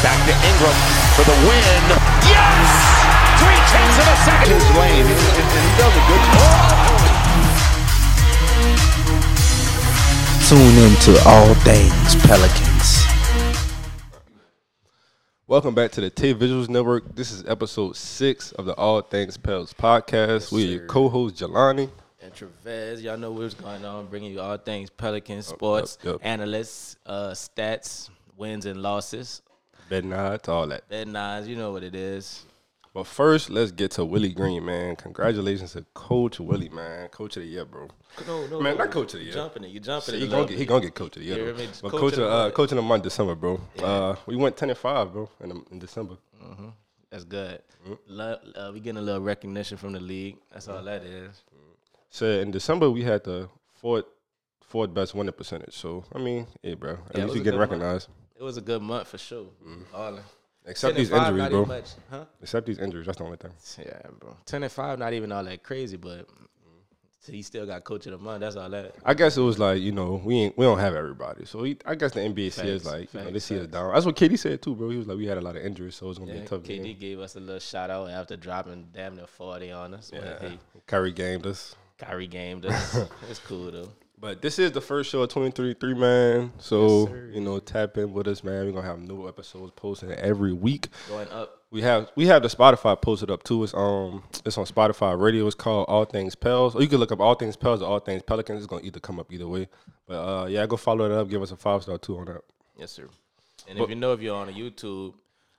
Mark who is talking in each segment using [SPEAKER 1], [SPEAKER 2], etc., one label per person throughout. [SPEAKER 1] Ingram for the win. Yes! Three tenths of a second. His lane, and he does a good job.
[SPEAKER 2] Tune in to all things Pelicans.
[SPEAKER 3] Welcome back to the T Visuals Network. This is episode six of the All Things Pels podcast. we your co-host Jelani.
[SPEAKER 4] And Travez, y'all know what's going on. Bringing you all things Pelican sports,
[SPEAKER 3] yep, yep.
[SPEAKER 4] analysts, uh, stats, wins and losses,
[SPEAKER 3] Ben Nods, all that.
[SPEAKER 4] bed nines. You know what it is.
[SPEAKER 3] But first, let's get to Willie Green, man. Congratulations to Coach Willie, man. Coach of the year, bro.
[SPEAKER 4] No, no,
[SPEAKER 3] Man,
[SPEAKER 4] no.
[SPEAKER 3] not coach of the
[SPEAKER 4] You
[SPEAKER 3] year.
[SPEAKER 4] jumping it. You jumping
[SPEAKER 3] So
[SPEAKER 4] it.
[SPEAKER 3] he
[SPEAKER 4] a
[SPEAKER 3] gonna
[SPEAKER 4] little
[SPEAKER 3] get
[SPEAKER 4] bit.
[SPEAKER 3] he gonna get coach of the year.
[SPEAKER 4] You
[SPEAKER 3] though.
[SPEAKER 4] hear me? Just
[SPEAKER 3] But
[SPEAKER 4] coach
[SPEAKER 3] coach,
[SPEAKER 4] of
[SPEAKER 3] of,
[SPEAKER 4] the
[SPEAKER 3] uh,
[SPEAKER 4] month.
[SPEAKER 3] coach of the month December, bro. Uh, we went ten and five, bro, in, the, in December.
[SPEAKER 4] That's good.
[SPEAKER 3] Mm-hmm.
[SPEAKER 4] Lo- uh, we getting a little recognition from the league. That's all that is.
[SPEAKER 3] So in December we had the fourth fourth best winning percentage. So I mean, yeah, bro. At
[SPEAKER 4] it
[SPEAKER 3] least
[SPEAKER 4] was
[SPEAKER 3] you
[SPEAKER 4] a
[SPEAKER 3] get
[SPEAKER 4] good month.
[SPEAKER 3] recognized.
[SPEAKER 4] It was a good month for sure. All
[SPEAKER 3] Except Mm-hmm. these injuries, bro.
[SPEAKER 4] Huh?
[SPEAKER 3] Except these injuries. That's the only thing.
[SPEAKER 4] Yeah, bro. Ten and five, not even all that crazy, but he still got coach of the month. That's all that.
[SPEAKER 3] I guess it was like you know we ain't, we don't have everybody, so he, I guess the NBA
[SPEAKER 4] Facts,
[SPEAKER 3] sees like you know,
[SPEAKER 4] facts,
[SPEAKER 3] this year's
[SPEAKER 4] facts.
[SPEAKER 3] down. That's what KD said too, bro. He was like we had a lot of injuries, so it's gonna be
[SPEAKER 4] Yeah,
[SPEAKER 3] a tough
[SPEAKER 4] KD
[SPEAKER 3] game.
[SPEAKER 4] gave us a little shout out after dropping damn near forty on us. Yeah.
[SPEAKER 3] Yeah,
[SPEAKER 4] Hey,
[SPEAKER 3] Kyrie gamed us,
[SPEAKER 4] Kyrie gamed us. it's cool though.
[SPEAKER 3] but this is the first show of twenty three three man. So you know tap in with us, man. We're gonna have new episodes posted every week.
[SPEAKER 4] Going up.
[SPEAKER 3] We have we have the Spotify posted up too. It's um it's on Spotify Radio. It's called All Things Pels. Or you can look up All Things Pels or All Things Pelicans. It's gonna either come up either way. But uh yeah, go follow it up. Give us a five star two on that.
[SPEAKER 4] Yes, sir. And if you know if you're on YouTube,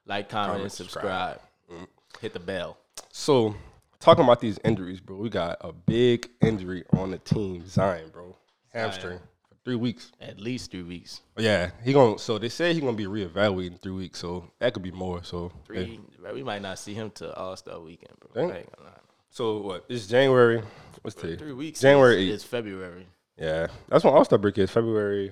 [SPEAKER 4] like, comment, and subscribe. Mm. Hit the bell.
[SPEAKER 3] So, talking about these injuries, bro, we got a big injury on the team, Zion, bro, hamstring for three weeks.
[SPEAKER 4] At least three weeks.
[SPEAKER 3] Yeah, he going to So they say he gonna be reevaluating in three weeks. So that could be more. So
[SPEAKER 4] Three.
[SPEAKER 3] yeah.
[SPEAKER 4] right, We might not see him till All Star Weekend, bro.
[SPEAKER 3] Think?
[SPEAKER 4] I ain't gonna lie.
[SPEAKER 3] So what? It's January. What's today?
[SPEAKER 4] Three weeks. is-
[SPEAKER 3] January
[SPEAKER 4] is,
[SPEAKER 3] eighth.
[SPEAKER 4] February.
[SPEAKER 3] Yeah, that's when All Star break is. February,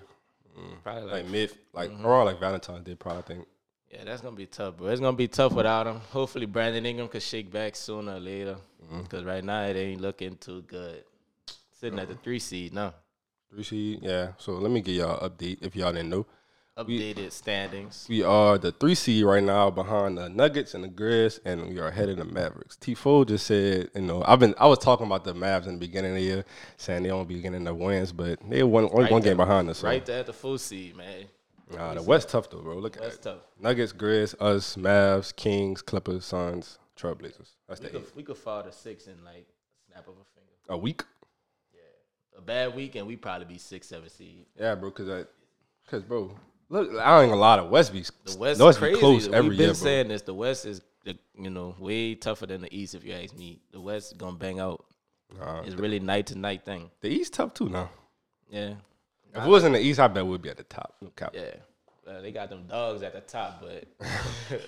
[SPEAKER 4] Probably like,
[SPEAKER 3] like mid, like
[SPEAKER 4] Mm-hmm.
[SPEAKER 3] around like Valentine's Day, probably. I think.
[SPEAKER 4] yeah, that's gonna be tough, bro. It's gonna be tough without him. Hopefully, Brandon Ingram could shake back sooner or later. Because right now it ain't looking too good. Sitting at the three seed now.
[SPEAKER 3] Three seed. Yeah. So let me get y'all an update if y'all didn't know.
[SPEAKER 4] Updated standings.
[SPEAKER 3] We are the three seed right now behind the Nuggets and the Grizz, and we are ahead of the Mavericks. T Four just said, you know, I've been I was talking about the Mavs in the beginning of the year, saying they don't be getting the wins, but they won only one
[SPEAKER 4] there.
[SPEAKER 3] game behind us. So.
[SPEAKER 4] Right there at the full seed, man.
[SPEAKER 3] Nah, the West tough though, bro. Look at
[SPEAKER 4] That's
[SPEAKER 3] that.
[SPEAKER 4] tough.
[SPEAKER 3] Nuggets, Grizz, us, Mavs, Kings, Clippers, Suns, Trailblazers. That's
[SPEAKER 4] We
[SPEAKER 3] the
[SPEAKER 4] could,
[SPEAKER 3] eight.
[SPEAKER 4] we could fall to six in like a snap of a finger.
[SPEAKER 3] a week.
[SPEAKER 4] A bad week and we probably be six, seven seed.
[SPEAKER 3] Yeah, bro, because I, because bro, look, I ain't gonna lie, the West be
[SPEAKER 4] The West, is
[SPEAKER 3] be
[SPEAKER 4] crazy.
[SPEAKER 3] close
[SPEAKER 4] We've
[SPEAKER 3] every
[SPEAKER 4] been
[SPEAKER 3] year, bro.
[SPEAKER 4] saying this. The West is, the, you know, way tougher than the East. If you ask me, the West is gonna bang out.
[SPEAKER 3] Nah.
[SPEAKER 4] it's really night to night thing.
[SPEAKER 3] the East tough too now.
[SPEAKER 4] Yeah,
[SPEAKER 3] If it was in the East, I bet we'd be at the top. No cap.
[SPEAKER 4] yeah. Uh, they got them dogs at the top, but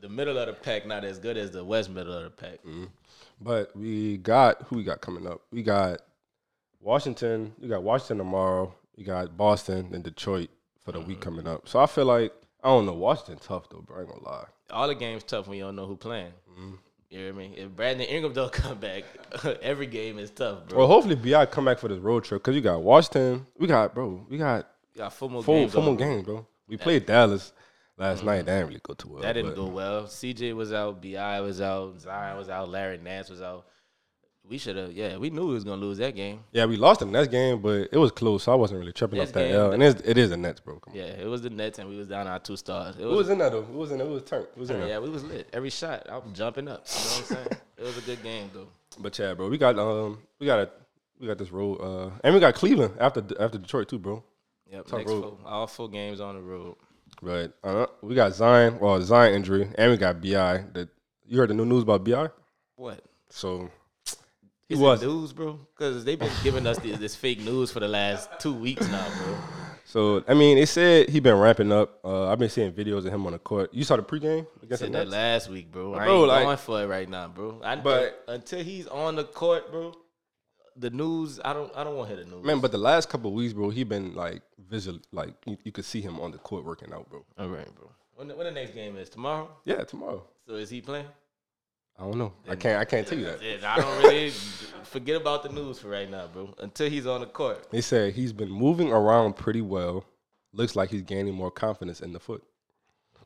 [SPEAKER 4] the middle of the pack not as good as the West middle of the pack.
[SPEAKER 3] But we got who we got coming up. We got Washington. We got Washington tomorrow. We got Boston and Detroit for the
[SPEAKER 4] Mm.
[SPEAKER 3] week coming up. So I feel like I don't know. Washington tough though, bro. I ain't gonna lie.
[SPEAKER 4] All the games tough when you don't know who playing.
[SPEAKER 3] Mm-hmm.
[SPEAKER 4] You know what I mean? If Brandon Ingram don't come back, every game is tough, bro.
[SPEAKER 3] Well, hopefully Bi come back for this road trip because you got Washington. We got bro. We got
[SPEAKER 4] You got four more
[SPEAKER 3] four
[SPEAKER 4] games.
[SPEAKER 3] four
[SPEAKER 4] on
[SPEAKER 3] more
[SPEAKER 4] the road.
[SPEAKER 3] games, bro. We played Dallas last night. That didn't really go too well.
[SPEAKER 4] Mm. That didn't
[SPEAKER 3] but
[SPEAKER 4] go well. CJ was out, Bi was out, Zion was out, Larry Nance was out. We should have, yeah, we knew we was gonna lose that game.
[SPEAKER 3] Yeah, we lost the next game, but it was close, so I wasn't really tripping
[SPEAKER 4] Next
[SPEAKER 3] off that
[SPEAKER 4] game,
[SPEAKER 3] L. And it's, it is the Nets, bro. Come on.
[SPEAKER 4] Yeah, it was the Nets and we was down our two stars. It
[SPEAKER 3] It was
[SPEAKER 4] was,
[SPEAKER 3] in there though. It was in there. It was turned. It was in there.
[SPEAKER 4] yeah, we was lit. Every shot, I'm jumping up. You know what I'm saying? it was a good game though.
[SPEAKER 3] But yeah, bro, we got um, we got a, we got this road, uh, and we got Cleveland after after Detroit too, bro.
[SPEAKER 4] Yep,
[SPEAKER 3] Tough
[SPEAKER 4] next
[SPEAKER 3] road.
[SPEAKER 4] four, all four games on the road.
[SPEAKER 3] But uh, we got Zion, well Zion injury, and we got Bi. That you heard the new news about Bi,
[SPEAKER 4] What?
[SPEAKER 3] so he
[SPEAKER 4] Is
[SPEAKER 3] was
[SPEAKER 4] it news, bro? Because they've been giving us this, this fake news for the last two weeks now, bro.
[SPEAKER 3] so. I mean, it said he been ramping up. Uh, I've been seeing videos of him on the court. You saw the pregame against the
[SPEAKER 4] Said that
[SPEAKER 3] Nets,
[SPEAKER 4] last week, bro. I
[SPEAKER 3] Bro,
[SPEAKER 4] ain't
[SPEAKER 3] like-
[SPEAKER 4] going for it right now, bro. I,
[SPEAKER 3] But-
[SPEAKER 4] until he's on the court, bro, the news. I don't. I don't want to hear the news.
[SPEAKER 3] man. But the last couple of weeks, bro, he been like visual, like you, you could see him on the court working out, bro.
[SPEAKER 4] All right, bro. When the, when the next game is tomorrow?
[SPEAKER 3] Yeah, tomorrow.
[SPEAKER 4] So is he playing?
[SPEAKER 3] I don't know. I can't. I can't tell you that.
[SPEAKER 4] Yeah, I don't really forget about the news for right now, bro. Until he's on the court.
[SPEAKER 3] They said he's been moving around pretty well. Looks like he's gaining more confidence in the foot.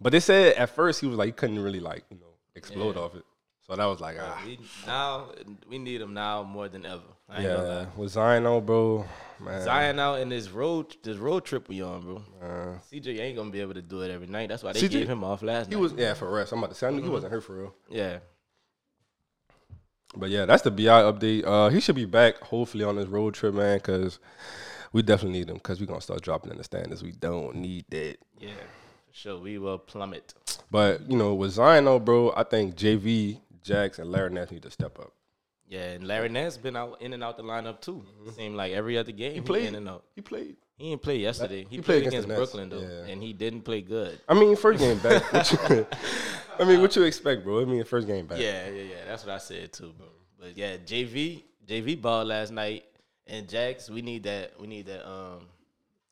[SPEAKER 3] But they said at first he was like he couldn't really like you know explode off it. So that was like ah,
[SPEAKER 4] We, now we need him now more than ever. I ain't gonna lie.
[SPEAKER 3] yeah. With Zion on, bro, man.
[SPEAKER 4] Zion out in this road this road trip we on, bro.
[SPEAKER 3] uh,
[SPEAKER 4] CJ ain't gonna be able to do it every night. That's why they
[SPEAKER 3] CJ
[SPEAKER 4] gave him off last
[SPEAKER 3] He
[SPEAKER 4] night.
[SPEAKER 3] was yeah for rest. I'm about to say I
[SPEAKER 4] Mm-hmm.
[SPEAKER 3] knew he wasn't here for real.
[SPEAKER 4] yeah.
[SPEAKER 3] But yeah, that's the Bi update. Uh, he should be back hopefully on this road trip, man, because we definitely need him because we're gonna start dropping in the standards. We don't need that.
[SPEAKER 4] Yeah. For sure. We will plummet.
[SPEAKER 3] But you know, with Zion though, bro, I think JV, Jax, and Larry Nance need to step up.
[SPEAKER 4] Yeah, and Larry Nance been out in and out the lineup too. Seemed like every other game he,
[SPEAKER 3] played.
[SPEAKER 4] in and out.
[SPEAKER 3] Mm-hmm. He played.
[SPEAKER 4] He didn't play yesterday. He,
[SPEAKER 3] played
[SPEAKER 4] played,
[SPEAKER 3] against
[SPEAKER 4] against,
[SPEAKER 3] the Nets,
[SPEAKER 4] Brooklyn though,
[SPEAKER 3] yeah.
[SPEAKER 4] and he didn't play good.
[SPEAKER 3] I mean, first game back. What you, I mean, what you expect, bro? I mean, first game back.
[SPEAKER 4] Yeah, yeah, yeah. That's what I said too, bro. But yeah, JV, JV ball last night, and Jax. We need that. We need that. Um,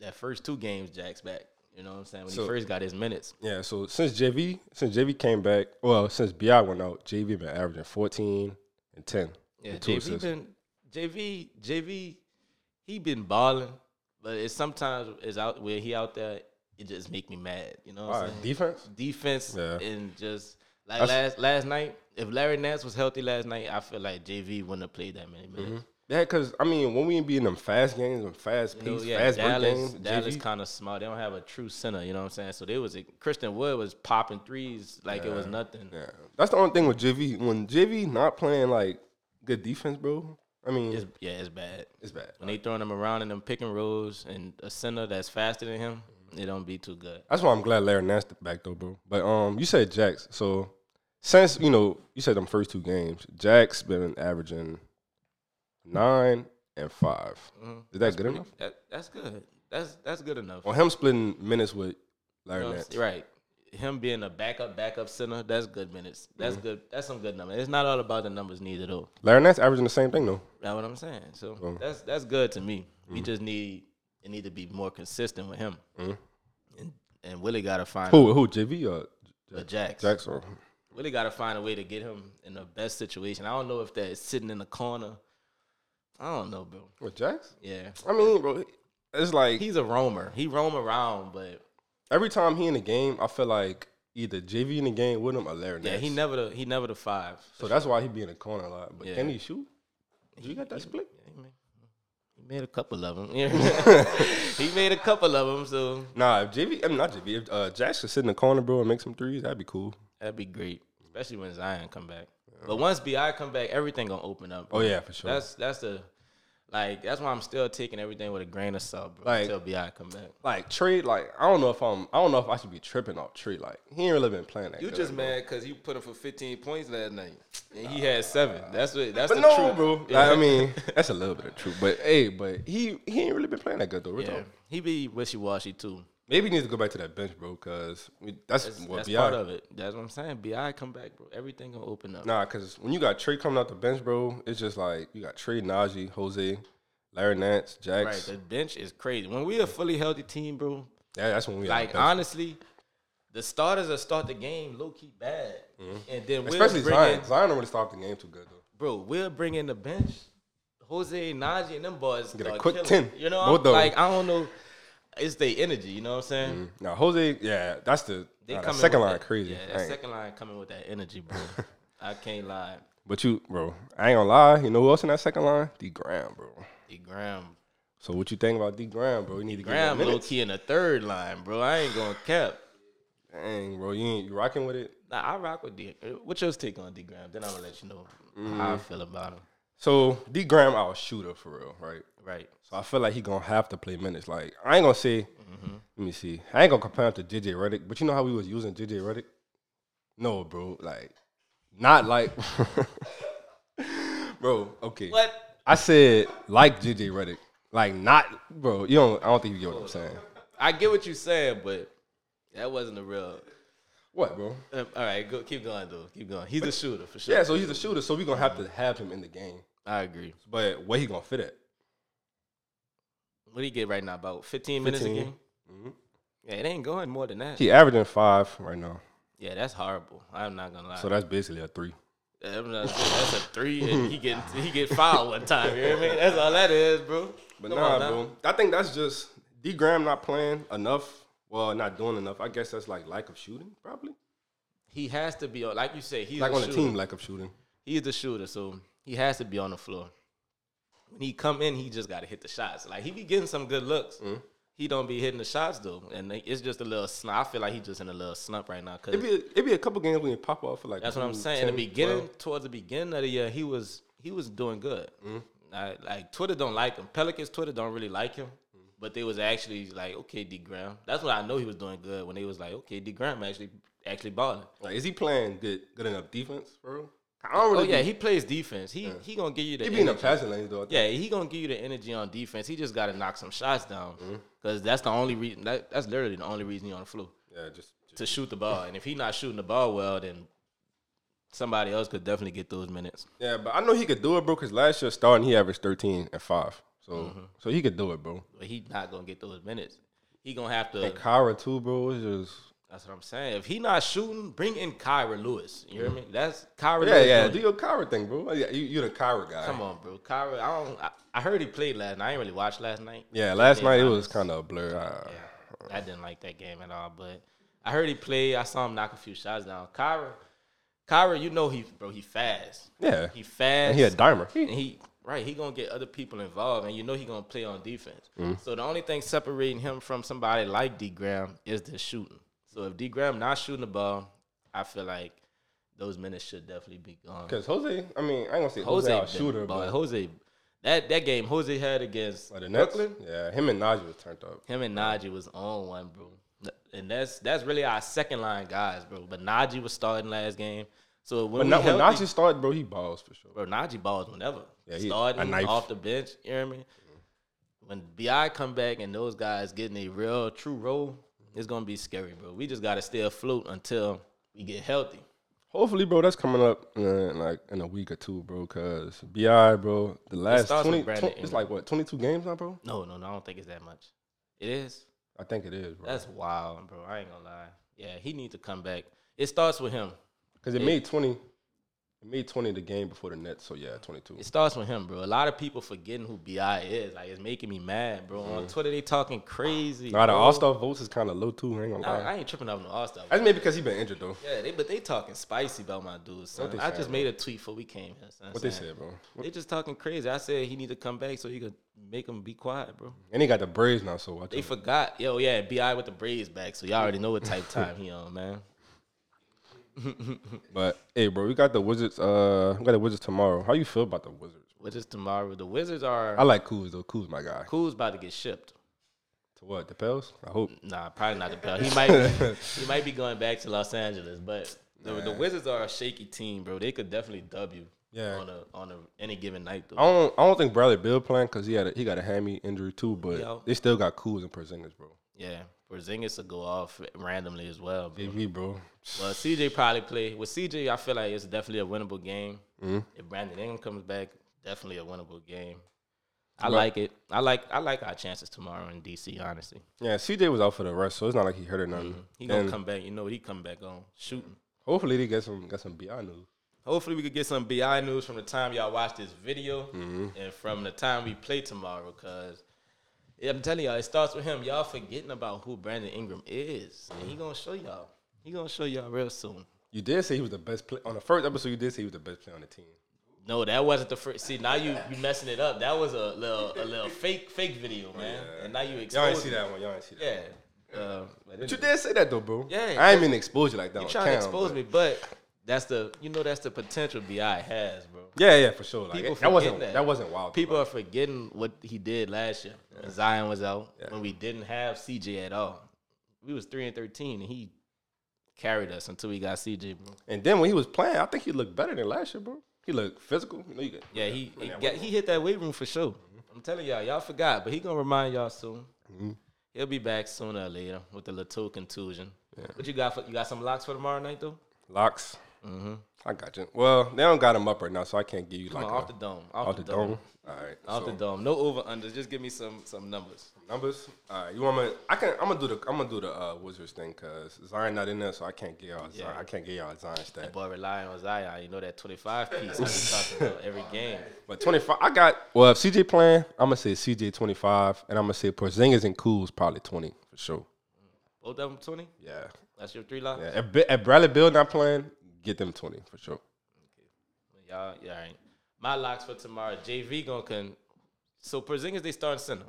[SPEAKER 4] that first two games, Jax back. You know what I'm saying? When
[SPEAKER 3] So-
[SPEAKER 4] he first got his minutes,
[SPEAKER 3] Yeah, so since JV, since JV came back, well, since Bi went out, JV been averaging fourteen and ten.
[SPEAKER 4] yeah.
[SPEAKER 3] and two
[SPEAKER 4] JV
[SPEAKER 3] assists.
[SPEAKER 4] been JV JV. He been balling, but it's sometimes it's out where he out there. It just make me mad. You know what
[SPEAKER 3] All
[SPEAKER 4] I'm
[SPEAKER 3] right,
[SPEAKER 4] saying?
[SPEAKER 3] defense.
[SPEAKER 4] defense
[SPEAKER 3] Yeah.
[SPEAKER 4] and just like
[SPEAKER 3] That's-
[SPEAKER 4] last last night. If Larry Nance was healthy last night, I feel like JV wouldn't have played that many minutes.
[SPEAKER 3] Yeah, because I mean, when we be in them fast games and fast
[SPEAKER 4] So,
[SPEAKER 3] pace,
[SPEAKER 4] yeah,
[SPEAKER 3] fast break
[SPEAKER 4] Dallas,
[SPEAKER 3] games,
[SPEAKER 4] Dallas
[SPEAKER 3] JV,
[SPEAKER 4] kind of small. They don't have a true center. You know what I'm saying? So they was Christian Wood was popping threes like it was nothing.
[SPEAKER 3] yeah, that's the only thing with JV. When JV not playing like good defense, bro, I mean,
[SPEAKER 4] It's,
[SPEAKER 3] it's,
[SPEAKER 4] yeah, it's bad.
[SPEAKER 3] bad.
[SPEAKER 4] When they throwing him around in them pick and rolls and a center that's faster than him, it don't be too good.
[SPEAKER 3] That's why I'm glad Larry Nance back though, bro. But um, you said Jax. So since you know you said them first two games, Jax been averaging nine and 5 Is that good enough?
[SPEAKER 4] That, Mm-hmm. that's good. That's that's good enough.
[SPEAKER 3] On him splitting minutes with Larry
[SPEAKER 4] You know what I'm
[SPEAKER 3] Nance,
[SPEAKER 4] saying? Right. Him being a backup, backup center, that's good minutes. That's good. That's some good numbers. It's not all about the numbers needed, though.
[SPEAKER 3] Larry Nance averaging the same thing though.
[SPEAKER 4] That's what I'm saying. So that's that's good to me. We just need it need to be more consistent with him. And and Willie got to find
[SPEAKER 3] Who who JV or
[SPEAKER 4] a Jax.
[SPEAKER 3] Jax or
[SPEAKER 4] Willie got to find a way to get him in the best situation. I don't know if that is sitting in the corner. I don't know, bro.
[SPEAKER 3] what Jax?
[SPEAKER 4] Yeah,
[SPEAKER 3] I mean, bro, it's like
[SPEAKER 4] he's a roamer. He roam around, but
[SPEAKER 3] every time he in the game, I feel like either JV in the game with him or Larry Nance.
[SPEAKER 4] yeah, he never the, he never the five.
[SPEAKER 3] So that's why he be in the corner a lot. But
[SPEAKER 4] Yeah.
[SPEAKER 3] can he shoot? You got that split?
[SPEAKER 4] He made- he made a couple of them. he made a couple of them, so
[SPEAKER 3] Nah, if JV, I mean, not JV, if uh, Jax could sit in the corner, bro, and make some threes, that'd be cool.
[SPEAKER 4] that'd be great, especially when Zion come back. But once Bi come back, everything gonna open up. bro.
[SPEAKER 3] Oh, yeah, for sure.
[SPEAKER 4] That's that's the like that's why I'm still taking everything with a grain of salt, bro.
[SPEAKER 3] Like-
[SPEAKER 4] until Bi come back.
[SPEAKER 3] like, trade, like, I don't know if I'm, I don't know if I should be tripping off trade. Like, he ain't really been playing that
[SPEAKER 4] You
[SPEAKER 3] good,
[SPEAKER 4] just
[SPEAKER 3] bro.
[SPEAKER 4] mad because you put him for 15 points last night, and he had seven. That's what. That's
[SPEAKER 3] But
[SPEAKER 4] the
[SPEAKER 3] no,
[SPEAKER 4] truth,
[SPEAKER 3] bro. Like, I mean, that's a little bit of truth. But, hey, but he he ain't really been playing that good, though. Real
[SPEAKER 4] yeah,
[SPEAKER 3] talk.
[SPEAKER 4] he be wishy washy too.
[SPEAKER 3] Maybe he needs to go back to that bench, bro, because that's,
[SPEAKER 4] That's,
[SPEAKER 3] what
[SPEAKER 4] that's
[SPEAKER 3] BI.
[SPEAKER 4] part of it. That's what I'm saying. Bi come back, bro. Everything gonna open up.
[SPEAKER 3] Nah, because when you got Trey coming out the bench, bro, it's just like you got Trey, Najee, Jose, Larry Nance, Jax.
[SPEAKER 4] Right, the bench is crazy. When we a fully healthy team, bro,
[SPEAKER 3] Yeah, that's when we
[SPEAKER 4] like
[SPEAKER 3] on
[SPEAKER 4] honestly, the starters that start the game low key bad, and then we'll
[SPEAKER 3] Mm-hmm. especially
[SPEAKER 4] bring
[SPEAKER 3] Zion.
[SPEAKER 4] in,
[SPEAKER 3] Zion don't really stop the game too good though.
[SPEAKER 4] bro, we'll bring in the bench, Jose, Najee, and them boys
[SPEAKER 3] Get a
[SPEAKER 4] start
[SPEAKER 3] quick
[SPEAKER 4] killing.
[SPEAKER 3] 10.
[SPEAKER 4] You know,
[SPEAKER 3] Both of 'em.
[SPEAKER 4] like I don't know, it's their energy. You know what I'm saying?
[SPEAKER 3] Now Jose, yeah, that's the Mm-hmm. nah, that
[SPEAKER 4] coming
[SPEAKER 3] second
[SPEAKER 4] with
[SPEAKER 3] line
[SPEAKER 4] that-
[SPEAKER 3] crazy.
[SPEAKER 4] Yeah,
[SPEAKER 3] I
[SPEAKER 4] that
[SPEAKER 3] ain't-
[SPEAKER 4] second line coming with that energy, bro. I can't lie.
[SPEAKER 3] But you, bro, I ain't gonna lie. You know who else in that second line? D Graham, bro.
[SPEAKER 4] The Graham,
[SPEAKER 3] So what you think about D Graham, bro? You need to
[SPEAKER 4] Graham,
[SPEAKER 3] get him
[SPEAKER 4] low
[SPEAKER 3] minutes.
[SPEAKER 4] key in the third line, bro. I ain't going cap.
[SPEAKER 3] Dang, bro, you ain't you rocking with it.
[SPEAKER 4] Nah, I rock with D. What's your take on D Graham? Then I'm gonna let you know how
[SPEAKER 3] Mm-hmm.
[SPEAKER 4] I feel about him.
[SPEAKER 3] So D Graham, our shooter for real, right?
[SPEAKER 4] Right.
[SPEAKER 3] So I feel like he gonna have to play minutes. Like I ain't gonna say.
[SPEAKER 4] Mm-hmm.
[SPEAKER 3] Let me see. I ain't gonna compare him to JJ Redick, but you know how we was using JJ Redick? No, bro. Like, not like, bro. Okay.
[SPEAKER 4] What?
[SPEAKER 3] I said like JJ Redick. Like not, bro. You don't. I don't think you get what I'm saying.
[SPEAKER 4] I get what you're saying, but that wasn't a real.
[SPEAKER 3] What, bro?
[SPEAKER 4] Uh, all right, go keep going, dude. Keep going. He's a shooter for sure.
[SPEAKER 3] Yeah. So he's a shooter. So we gonna have to have him in the game.
[SPEAKER 4] I agree.
[SPEAKER 3] But where he gonna fit at?
[SPEAKER 4] What do you get right now? About 15 minutes a
[SPEAKER 3] 15.
[SPEAKER 4] game. Yeah, it ain't going more than that.
[SPEAKER 3] Mm-hmm. He averaging five right now.
[SPEAKER 4] Yeah, that's horrible. I'm not gonna lie.
[SPEAKER 3] So that's basically a three.
[SPEAKER 4] I'm not- that's a three, and he get he get fouled one time. You know what I mean? That's all that is, bro.
[SPEAKER 3] But
[SPEAKER 4] Come
[SPEAKER 3] nah,
[SPEAKER 4] on now.
[SPEAKER 3] bro. I think that's just D Graham not playing enough Well, not doing enough. I guess that's like lack of shooting, probably.
[SPEAKER 4] He has to be on, like you say, he's
[SPEAKER 3] Like
[SPEAKER 4] a
[SPEAKER 3] on the
[SPEAKER 4] shooter.
[SPEAKER 3] team, lack of shooting.
[SPEAKER 4] He's the shooter, so he has to be on the floor. When he come in, he just got to hit the shots. Like he be getting some good looks.
[SPEAKER 3] Mm-hmm.
[SPEAKER 4] He don't be hitting the shots though, and it's just a little snub. I feel like he just in a little snub right now. Cause
[SPEAKER 3] It'd be it'd be a couple games when you pop off for like.
[SPEAKER 4] That's what I'm
[SPEAKER 3] two,
[SPEAKER 4] saying. In
[SPEAKER 3] 10,
[SPEAKER 4] the beginning,
[SPEAKER 3] 12.
[SPEAKER 4] towards the beginning of the year, he was he was doing good.
[SPEAKER 3] Mm-hmm.
[SPEAKER 4] Like, like Twitter don't like him. Pelicans Twitter don't really like him.
[SPEAKER 3] Mm-hmm.
[SPEAKER 4] But they was actually like, okay, D Graham. That's when I know he was doing good. When they was like, okay, D Graham actually actually balling.
[SPEAKER 3] Like, is he playing good good enough defense, bro? I don't
[SPEAKER 4] Oh
[SPEAKER 3] really.
[SPEAKER 4] yeah, he plays defense. He he gonna give you the
[SPEAKER 3] he be in the
[SPEAKER 4] energy.
[SPEAKER 3] passing lanes though. I think.
[SPEAKER 4] Yeah, he gonna give you the energy on defense. He just gotta knock some shots down
[SPEAKER 3] Mm-hmm.
[SPEAKER 4] because that's the only reason. That, that's literally the only reason he on the flu
[SPEAKER 3] Yeah, just, just
[SPEAKER 4] to shoot the ball. And if he not shooting the ball well, then somebody else could definitely get those minutes.
[SPEAKER 3] yeah, but I know he could do it, bro. Because last year starting, he averaged 13 and five. So
[SPEAKER 4] Mm-hmm.
[SPEAKER 3] so he could do it, bro.
[SPEAKER 4] but he not gonna get those minutes. He gonna have to.
[SPEAKER 3] And Kyra too, bro. It's just
[SPEAKER 4] That's what I'm saying. If he not shooting, bring in Kyra Lewis. You hear me? That's Kyra.
[SPEAKER 3] Mm-hmm. yeah,
[SPEAKER 4] Lewis
[SPEAKER 3] yeah.
[SPEAKER 4] doing
[SPEAKER 3] Do
[SPEAKER 4] it.
[SPEAKER 3] your Kyra thing, bro. Yeah, you you the Kyra guy.
[SPEAKER 4] Come on, bro. Kyra. I don't. I, I heard he played last night. I ain't really watched last night.
[SPEAKER 3] Yeah, last
[SPEAKER 4] Yeah,
[SPEAKER 3] night it
[SPEAKER 4] I
[SPEAKER 3] was
[SPEAKER 4] was-
[SPEAKER 3] kind of a blur. Uh, I-
[SPEAKER 4] I didn't like that game at all. But I heard he played. I saw him knock a few shots down. Kyra. Kyra, you know he bro. He fast.
[SPEAKER 3] Yeah.
[SPEAKER 4] He fast.
[SPEAKER 3] And he a dimer.
[SPEAKER 4] and he right he gonna get other people involved and you know he gonna play on defense
[SPEAKER 3] Mm-hmm.
[SPEAKER 4] so the only thing separating him from somebody like d graham is the shooting so if d graham not shooting the ball i feel like those minutes should definitely be gone
[SPEAKER 3] Because Jose, I mean, I ain't gonna say Jose,
[SPEAKER 4] jose
[SPEAKER 3] a
[SPEAKER 4] been-
[SPEAKER 3] shooter,
[SPEAKER 4] boy,
[SPEAKER 3] but
[SPEAKER 4] jose that, that game jose had against
[SPEAKER 3] but the Nets,
[SPEAKER 4] brooklyn
[SPEAKER 3] yeah, him and Najee was turned up.
[SPEAKER 4] him and Najee was on one, bro. And that's that's really our second line guys, bro. But Najee was starting last game, so
[SPEAKER 3] But
[SPEAKER 4] when
[SPEAKER 3] not,
[SPEAKER 4] we
[SPEAKER 3] when
[SPEAKER 4] healthy-
[SPEAKER 3] Najee started, bro, he balls for sure.
[SPEAKER 4] bro, Najee balls whenever.
[SPEAKER 3] Yeah, he- a
[SPEAKER 4] Starting
[SPEAKER 3] knife.
[SPEAKER 4] off the bench, you know what I mean? When BI come back and those guys getting a real true role, it's gonna be scary, bro. We just gotta stay afloat until we get healthy.
[SPEAKER 3] Hopefully, bro, that's coming up in, uh, like in a week or two, bro. Cause Bi, bro, the last
[SPEAKER 4] starts
[SPEAKER 3] twenty,
[SPEAKER 4] with Brandon
[SPEAKER 3] tw- it's
[SPEAKER 4] Ingram.
[SPEAKER 3] like what twenty two games now, bro.
[SPEAKER 4] No, no, no, I don't think it's that much. It is.
[SPEAKER 3] I think it is, bro.
[SPEAKER 4] That's wild, bro. I ain't gonna lie. Yeah, he needs to come back. It starts with him.
[SPEAKER 3] Cause it made twenty, it made twenty the game before the Nets. So yeah, twenty two.
[SPEAKER 4] It starts with him, bro. A lot of people forgetting who Bi is. Like it's making me mad, bro. On Twitter, they talking crazy.
[SPEAKER 3] Nah, the
[SPEAKER 4] bro.
[SPEAKER 3] All Star votes is kind of low too. I ain't gonna
[SPEAKER 4] I,
[SPEAKER 3] lie.
[SPEAKER 4] I ain't tripping off no All Star.
[SPEAKER 3] that's maybe because he been injured though.
[SPEAKER 4] Yeah, they, but they talking spicy about my dude, son.
[SPEAKER 3] they
[SPEAKER 4] I
[SPEAKER 3] said,
[SPEAKER 4] just made a tweet before we came here. Son,
[SPEAKER 3] What they
[SPEAKER 4] saying,
[SPEAKER 3] said, bro.
[SPEAKER 4] They just talking crazy. I said he need to come back so you could make him be quiet, bro.
[SPEAKER 3] And he got the Braves now, so watch
[SPEAKER 4] They
[SPEAKER 3] out.
[SPEAKER 4] forgot. Yo, yeah, Bi with the braids back, so y'all already know what type time he on, man.
[SPEAKER 3] But hey, bro, we got the Wizards. Uh, we got the Wizards tomorrow. How you feel about the Wizards?
[SPEAKER 4] Which is tomorrow. The Wizards are
[SPEAKER 3] I like Kuz though. Kuz my guy.
[SPEAKER 4] cool's about to get shipped.
[SPEAKER 3] To what? The Pels? I hope.
[SPEAKER 4] Nah, probably not the Pel. He might be, he might be going back to Los Angeles, but the, the Wizards are a shaky team, bro. They could definitely W
[SPEAKER 3] Yeah. Oh.
[SPEAKER 4] on a on a any given night though.
[SPEAKER 3] I don't. I don't think Bradley Bill playing because he had a, he got a hammy injury too. But
[SPEAKER 4] Yo.
[SPEAKER 3] they still got Kuz and Porzingis, bro.
[SPEAKER 4] Yeah. Porzingis will go off randomly as well, bro.
[SPEAKER 3] JV, bro.
[SPEAKER 4] Well, CJ probably play with CJ. I feel like it's definitely a winnable game.
[SPEAKER 3] Mm-hmm.
[SPEAKER 4] If Brandon Ingram comes back, definitely a winnable game. I like it. I like I like our chances tomorrow in DC. Honestly,
[SPEAKER 3] Yeah, CJ was out for the rest, so it's not like he hurt or nothing.
[SPEAKER 4] Mm-hmm. he gonna
[SPEAKER 3] And
[SPEAKER 4] come back. You know what he come back on shooting.
[SPEAKER 3] Hopefully they get some got some BI news.
[SPEAKER 4] Hopefully, we could get some bi news from the time y'all watch this video
[SPEAKER 3] Mm-hmm.
[SPEAKER 4] and from the time we play tomorrow. Cause I'm telling y'all, it starts with him. Y'all forgetting about who Brandon Ingram is. And he gonna show y'all. He gonna show y'all real soon.
[SPEAKER 3] You did say he was the best play on the first episode. You did say he was the best player on the team.
[SPEAKER 4] No, that wasn't the first. See, now you you messing it up. That was a little a little fake fake video, man. And now you
[SPEAKER 3] Y'all ain't
[SPEAKER 4] exposed.
[SPEAKER 3] see that one. Y'all ain't see that.
[SPEAKER 4] Yeah. Uh, but
[SPEAKER 3] But you did say that though, bro.
[SPEAKER 4] Yeah,
[SPEAKER 3] I ain't mean to expose you like that.
[SPEAKER 4] you
[SPEAKER 3] on
[SPEAKER 4] trying to
[SPEAKER 3] cam,
[SPEAKER 4] expose
[SPEAKER 3] but-
[SPEAKER 4] me, but that's the you know that's the potential Bi has, bro.
[SPEAKER 3] Yeah, yeah, for sure. Like
[SPEAKER 4] People
[SPEAKER 3] that wasn't
[SPEAKER 4] forget that.
[SPEAKER 3] that wasn't wild.
[SPEAKER 4] People are forgetting what he did last year when Zion was out, when we didn't have CJ at all. We was three and thirteen, and he carried us until we got CJ, bro.
[SPEAKER 3] And then when he was playing, I think he looked better than last year, bro. He looked physical. You know, you got,
[SPEAKER 4] Yeah, he he,
[SPEAKER 3] that
[SPEAKER 4] got, he hit that Mm-hmm. weight room for sure. I'm telling y'all, y'all forgot, but he gonna remind y'all soon. He'll be back sooner or later with the little contusion. What you got? For, you got some locks for tomorrow night though?
[SPEAKER 3] locks. I got you. Well, they don't got him up right now, so I can't give you
[SPEAKER 4] Mm-hmm. Come
[SPEAKER 3] like
[SPEAKER 4] on,
[SPEAKER 3] a-
[SPEAKER 4] off the dome, off,
[SPEAKER 3] off
[SPEAKER 4] the, dome,
[SPEAKER 3] All right,
[SPEAKER 4] off
[SPEAKER 3] so
[SPEAKER 4] the dome. No over unders. Just give me some some numbers.
[SPEAKER 3] numbers. All right, you want me? I can. I'm gonna do the. I'm gonna do the uh, Wizards thing because Zion not in there, so I can't get y'all. Zion, I can't get y'all Zion stat.
[SPEAKER 4] Boy, relying on Zion. You know that 25 piece I be talking about every game.
[SPEAKER 3] But 25, I got. Well, if CJ playing, I'm gonna say CJ 25, and I'm gonna say Porzingis and Kuz probably 20 for sure.
[SPEAKER 4] Both of them 20?
[SPEAKER 3] Yeah.
[SPEAKER 4] That's your three locks?
[SPEAKER 3] yeah. If, Bi- if Bradley Bill not playing, get them 20 for sure.
[SPEAKER 4] Y'all, yeah, all right. My locks for tomorrow, JV gonna con- so Porzingis they starting center.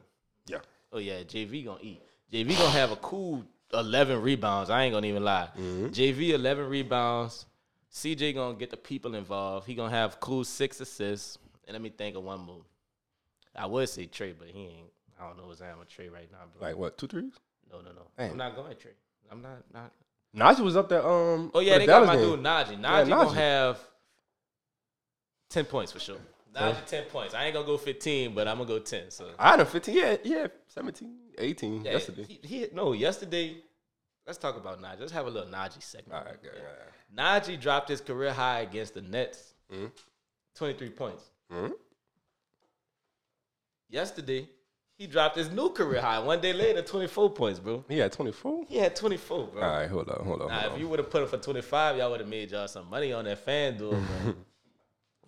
[SPEAKER 3] Yeah.
[SPEAKER 4] Oh yeah, JV gonna eat. JV gonna have a cool eleven rebounds. I ain't gonna even lie.
[SPEAKER 3] Mm-hmm.
[SPEAKER 4] JV eleven rebounds. CJ gonna get the people involved. He gonna have cool six assists. And let me think of one move. I would say Trey, but he ain't. I don't know what's happening with Trey right now, bro.
[SPEAKER 3] Like what, two threes?
[SPEAKER 4] no, no, no.
[SPEAKER 3] Dang.
[SPEAKER 4] I'm not going Trey. I'm not not.
[SPEAKER 3] Najee was up there. Um,
[SPEAKER 4] Oh yeah,
[SPEAKER 3] for the
[SPEAKER 4] they got
[SPEAKER 3] Dallas
[SPEAKER 4] my
[SPEAKER 3] game.
[SPEAKER 4] dude Najee. Najee
[SPEAKER 3] Najee.
[SPEAKER 4] gonna have ten points for sure. Najee ten points. I ain't gonna go fifteen, but I'm gonna go ten. So
[SPEAKER 3] I had him 15. Yeah, yeah, 17, 18
[SPEAKER 4] Yeah,
[SPEAKER 3] Uh, yesterday.
[SPEAKER 4] He, he- no, yesterday. Let's talk about Najee. Let's have a little Najee segment.
[SPEAKER 3] All right, good.
[SPEAKER 4] Najee dropped his career high against the Nets,
[SPEAKER 3] Mhm.
[SPEAKER 4] 23 points.
[SPEAKER 3] Mhm.
[SPEAKER 4] Yesterday, he dropped his new career high. One day later, 24 points, bro.
[SPEAKER 3] He had 24.
[SPEAKER 4] He had 24, bro.
[SPEAKER 3] All right, hold on, hold on.
[SPEAKER 4] Nah,
[SPEAKER 3] hold
[SPEAKER 4] if
[SPEAKER 3] on.
[SPEAKER 4] you would have put him for 25, y'all would have made y'all some money on that fan duel, bro.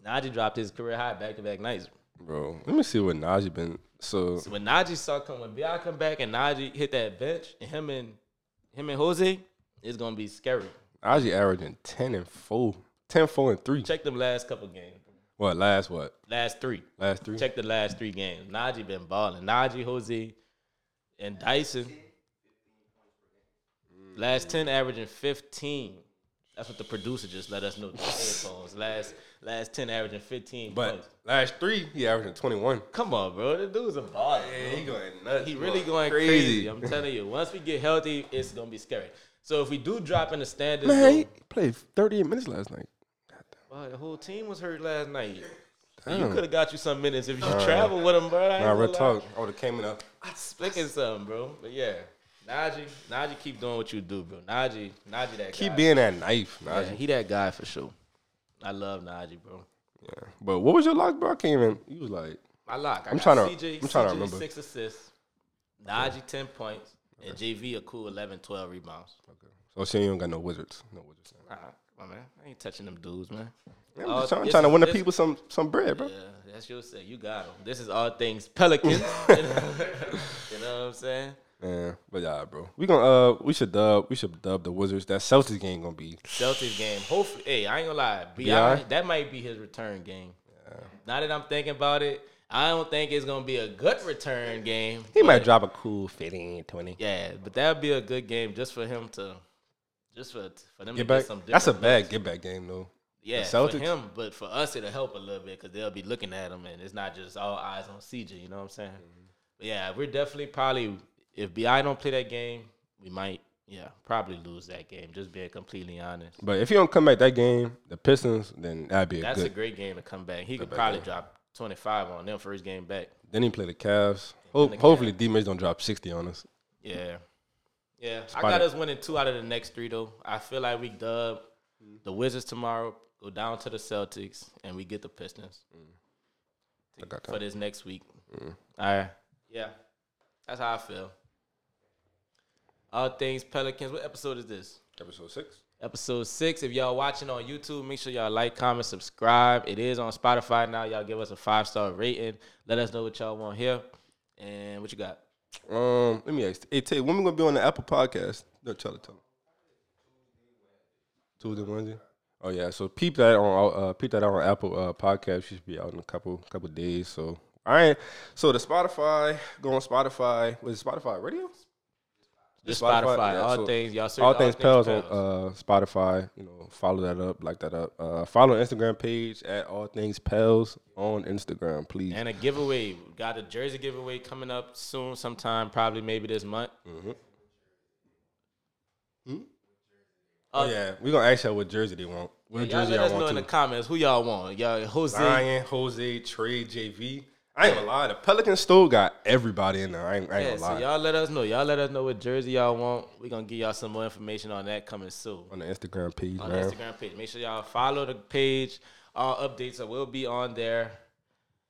[SPEAKER 4] Najee dropped his career high back to back nights.
[SPEAKER 3] Bro, let me see what Najee been. So,
[SPEAKER 4] So when Najee saw come when Bi come back and Najee hit that bench, and him and him and Jose, it's gonna be scary.
[SPEAKER 3] Najee averaging 10 and 4. 10, 4, and 3.
[SPEAKER 4] Check them last couple games,
[SPEAKER 3] What, last what?
[SPEAKER 4] last three.
[SPEAKER 3] Last three?
[SPEAKER 4] Check the last three games. Najee been balling. Najee, Jose, and Dyson. Last ten averaging fifteen. That's what the producer just let us know. through the headphones. Last last ten averaging fifteen.
[SPEAKER 3] But
[SPEAKER 4] points.
[SPEAKER 3] last three, he averaging 21.
[SPEAKER 4] come on, bro, the dude's a baller. bro.
[SPEAKER 3] going nuts.
[SPEAKER 4] He really going crazy. I'm telling you, once we get healthy, it's gonna be scary. So if we do drop in the standards,
[SPEAKER 3] Man, he
[SPEAKER 4] though,
[SPEAKER 3] played 38 minutes last night.
[SPEAKER 4] wow, the whole team was hurt last night. You
[SPEAKER 3] Damn.
[SPEAKER 4] could have got you some minutes if you travel with him, bro. I ain't
[SPEAKER 3] Nah,
[SPEAKER 4] gonna
[SPEAKER 3] real
[SPEAKER 4] lie.
[SPEAKER 3] talk. I would have came in up.
[SPEAKER 4] Slinking something, bro. But yeah, Najee, Najee, keep doing what you do, bro. Najee, Najee, that guy.
[SPEAKER 3] Keep being that knife,
[SPEAKER 4] Yeah,
[SPEAKER 3] Najee.
[SPEAKER 4] he that guy for sure. I love Najee, bro.
[SPEAKER 3] Yeah. But what was your lock, bro? I came in. You was like,
[SPEAKER 4] My lock. I
[SPEAKER 3] I'm
[SPEAKER 4] got
[SPEAKER 3] tryna-
[SPEAKER 4] CJ,
[SPEAKER 3] I'm tryna
[SPEAKER 4] CJ
[SPEAKER 3] remember.
[SPEAKER 4] six assists, Najee ten points, and JV a cool 11, 12 rebounds.
[SPEAKER 3] so oh, she ain't got no wizards. No wizards.
[SPEAKER 4] Nah, my man, I ain't touching them dudes, man.
[SPEAKER 3] I'm
[SPEAKER 4] Uh,
[SPEAKER 3] just trying,
[SPEAKER 4] this
[SPEAKER 3] trying to
[SPEAKER 4] is-
[SPEAKER 3] win the
[SPEAKER 4] this-
[SPEAKER 3] people some some bread, bro.
[SPEAKER 4] Yeah, that's your say. You got them. This is all things Pelicans. you know what I'm saying?
[SPEAKER 3] Yeah, but yeah, bro. We gonna uh, we should dub, we should dub the Wizards. That Celtics game gonna be.
[SPEAKER 4] Celtics game. Hopefully, hey, I ain't gonna lie, Bi,
[SPEAKER 3] B.I.?
[SPEAKER 4] that might be his return game. Now that I'm thinking about it, I don't think it's gonna be a good return game.
[SPEAKER 3] He
[SPEAKER 4] but-
[SPEAKER 3] might drop a cool 15, 20.
[SPEAKER 4] Yeah, but that'd be a good game just for him to, just for for them to
[SPEAKER 3] Get back.
[SPEAKER 4] get some.
[SPEAKER 3] That's a
[SPEAKER 4] different-
[SPEAKER 3] bad get back game though.
[SPEAKER 4] yeah
[SPEAKER 3] the
[SPEAKER 4] for
[SPEAKER 3] Celtics.
[SPEAKER 4] him, but for us it'll help a little bit because they'll be looking at him and it's not just all eyes on CJ. You know what I'm saying?
[SPEAKER 3] Mm-hmm.
[SPEAKER 4] But yeah, we're definitely probably if Bi don't play that game, we might yeah probably lose that game. Just being completely honest.
[SPEAKER 3] But if he don't come back that game, the Pistons, then that'd be a
[SPEAKER 4] That's
[SPEAKER 3] good.
[SPEAKER 4] a great game to come back. He could
[SPEAKER 3] back
[SPEAKER 4] probably
[SPEAKER 3] game.
[SPEAKER 4] drop 25 on them first game back.
[SPEAKER 3] then he play the Cavs. Hope, hopefully, D Mitch don't drop sixty on us.
[SPEAKER 4] Yeah. Yeah. I
[SPEAKER 3] Spot
[SPEAKER 4] got
[SPEAKER 3] it.
[SPEAKER 4] us winning two out of the next three, though. I feel like we dub the Wizards tomorrow, go down to the Celtics, and we get the Pistons
[SPEAKER 3] I got
[SPEAKER 4] for
[SPEAKER 3] that. Mm.
[SPEAKER 4] this next week. All right. Yeah. That's how I feel. All things Pelicans. What episode is this?
[SPEAKER 3] Episode six.
[SPEAKER 4] episode six. If y'all watching on YouTube, make sure y'all like, comment, subscribe. It is on Spotify now. Y'all give us a five star rating. Let us know what y'all want here. And what you got?
[SPEAKER 3] Um, let me ask. Hey, Tay, when we gonna be on the Apple Podcast? No, tell it, tell it. Tuesday, Wednesday. Oh yeah, so peep that on uh, peep that out on Apple uh, Podcast. Should be out in a couple couple days. So all right, so the Spotify go on Spotify. Was it Spotify Radio?
[SPEAKER 4] Just Spotify.
[SPEAKER 3] yeah,
[SPEAKER 4] all
[SPEAKER 3] so
[SPEAKER 4] things. Y'all search
[SPEAKER 3] all things pals on uh, Spotify. You know, follow that up, like that up. Uh, follow the Instagram page at all things pals on Instagram, please.
[SPEAKER 4] and a giveaway. We Got a jersey giveaway coming up soon, sometime, probably maybe this month.
[SPEAKER 3] oh yeah, we gonna ask y'all what jersey they want. What
[SPEAKER 4] uh, Y'all
[SPEAKER 3] jersey
[SPEAKER 4] let
[SPEAKER 3] y'all
[SPEAKER 4] us know in
[SPEAKER 3] want
[SPEAKER 4] the
[SPEAKER 3] to?
[SPEAKER 4] comments who y'all want. Y'all Jose.
[SPEAKER 3] Zion, Jose, Trey, JV. I ain't gonna lie. The Pelican still got everybody in there. I ain't, I ain't
[SPEAKER 4] Yeah,
[SPEAKER 3] gonna
[SPEAKER 4] so
[SPEAKER 3] lie.
[SPEAKER 4] y'all let us know. Y'all let us know what jersey y'all want. We're gonna give y'all some more information on that coming soon.
[SPEAKER 3] on the Instagram page,
[SPEAKER 4] on
[SPEAKER 3] man.
[SPEAKER 4] the Instagram page. Make sure y'all follow the page. All updates will be on there.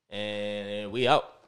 [SPEAKER 4] And we out.